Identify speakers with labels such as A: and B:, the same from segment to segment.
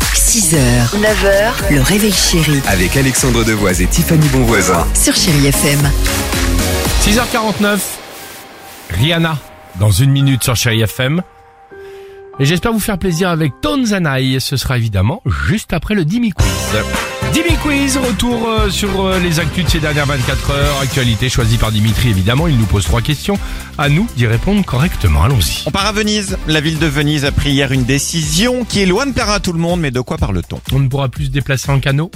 A: 6h, 9h, le réveil chéri
B: Avec Alexandre Devoise et Tiffany Bonvoisin.
A: sur Chéri FM.
C: 6h49, Rihanna, dans une minute sur Chéri FM. Et j'espère vous faire plaisir avec Tonzanaï. Ce sera évidemment juste après le Dimi Quiz. Dimi Quiz, retour euh, sur euh, les actus de ces dernières 24 heures. Actualité choisie par Dimitri, évidemment. Il nous pose trois questions. À nous d'y répondre correctement. Allons-y.
D: On part à Venise. La ville de Venise a pris hier une décision qui est loin de plaire à tout le monde, mais de quoi parle-t-on
C: On ne pourra plus se déplacer en canot.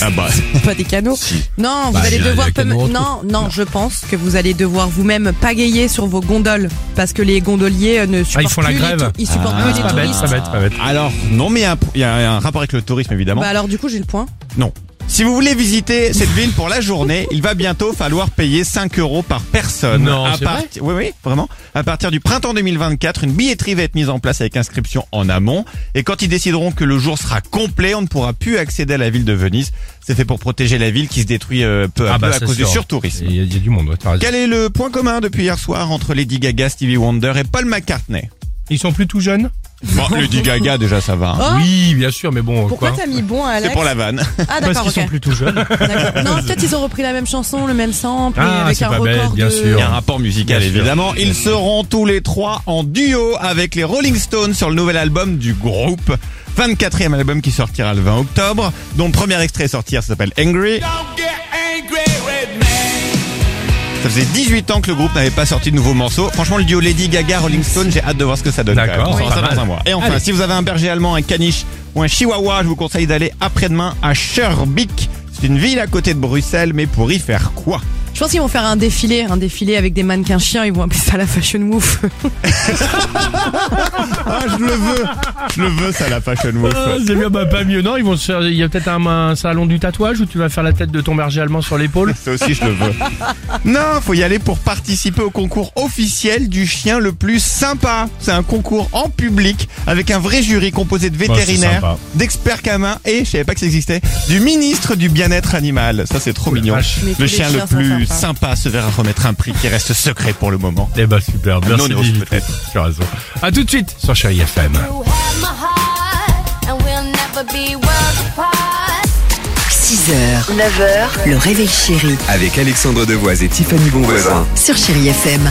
D: Ah bah.
E: pas des canaux. Non,
C: Bah,
E: vous
C: il y a-
E: allez
C: il y
E: devoir.
C: a
E: peu-
C: canaux
E: Non,
C: entre-
E: non, je pense que vous allez devoir vous-même pagayer sur vos gondoles parce que les gondoliers euh, ne supportent
C: Ah, font la
E: plus les
C: grève. Ah,
E: tou- Ils
D: Ah,
E: supportent plus les
C: Pas bête,
E: touristes.
C: pas bête, pas bête.
D: Alors, non, mais il y a un- il y, a un rapport avec le tourisme, évidemment.
E: Bah alors du coup j'ai le point.
D: non. Si vous voulez visiter cette ville pour la journée, il va bientôt falloir payer 5 euros par personne.
C: Non,
D: à
C: c'est
D: part-
C: vrai
D: Oui, oui, vraiment. À partir du printemps 2024, une billetterie va être mise en place avec inscription en amont. Et quand ils décideront que le jour sera complet, on ne pourra plus accéder à la ville de Venise. C'est fait pour protéger la ville qui se détruit euh, peu à
C: Ah bah,
D: peu à
C: c'est
D: cause du
C: sûr.
D: surtourisme.
C: Il y, a- il y a du monde, ouais, t'as raison.
D: Quel est le point commun depuis hier soir entre Lady Gaga, Stevie Wonder et Paul McCartney
C: Ils sont plus tout jeunes
D: Bon, Lady Gaga déjà ça va. hein.
E: Oh,
C: Oui, bien sûr, mais bon,
E: pourquoi
C: quoi
E: t'as mis bon à
D: C'est
E: Alex
D: pour la vanne.
E: Ah
F: Parce
E: d'accord,
F: qu'ils
E: ok.
F: sont plus tout jeunes.
E: D'accord. Non, peut-être ils ont repris la même chanson, le même sample,
C: Ah,
E: avec
C: c'est
E: un
C: pas
E: record
C: bête, bien
E: de-
C: sûr.
D: Il y a un rapport musical
C: Bien sûr.
D: évidemment. Ils seront tous les trois en duo avec les Rolling Stones sur le nouvel album du groupe. 24e album qui sortira le 20 octobre, dont le premier extrait à sortir s'appelle Angry. Ça faisait 18 ans que le groupe n'avait pas sorti de nouveaux morceaux. Franchement, le duo Lady Gaga Rolling Stone, j'ai hâte de voir ce que ça donne.
C: D'accord,
D: quand même. On
C: pas
D: saura ça
C: mal.
D: dans un mois. Et enfin, si vous avez un berger allemand, un caniche ou un chihuahua, je vous conseille d'aller après-demain à Scherbeek. C'est une ville à côté de Bruxelles, mais pour y faire quoi
E: Je pense qu'ils vont faire un défilé, un défilé avec des mannequins chiens, ils vont appeler ça la fashion move.
D: Ah, je le veux Je le veux, ça, la fashion wolf.
C: Ah, c'est bien, bah, pas mieux. Non, ils vont se faire. Il y a peut-être un, un salon du tatouage où tu vas faire la tête de ton berger allemand sur l'épaule.
D: Ça aussi, je le veux. Non, faut y aller pour participer au concours officiel du chien le plus sympa. C'est un concours en public avec un vrai jury composé de vétérinaires,
C: sympa.
D: d'experts camins et, je savais pas que ça existait, du ministre du bien-être animal. Ça, c'est trop
C: Oula,
D: mignon.
C: vache.
E: Mais tous
D: Le
E: les
D: chien le
E: chiens sont
D: plus
E: sympas.
D: sympa se verra remettre un prix qui reste secret pour le moment.
C: Eh bah super, merci.
D: non,
C: Dimitri.
D: peut-être.
C: Tu as raison. À tout de suite sur Chéri FM.
G: You have my heart, and we'll never be worlds apart.
A: 6h, 9h, le réveil chéri
B: Avec Alexandre Devoise et Tiffany Bonvoisin.
A: sur Chéri FM.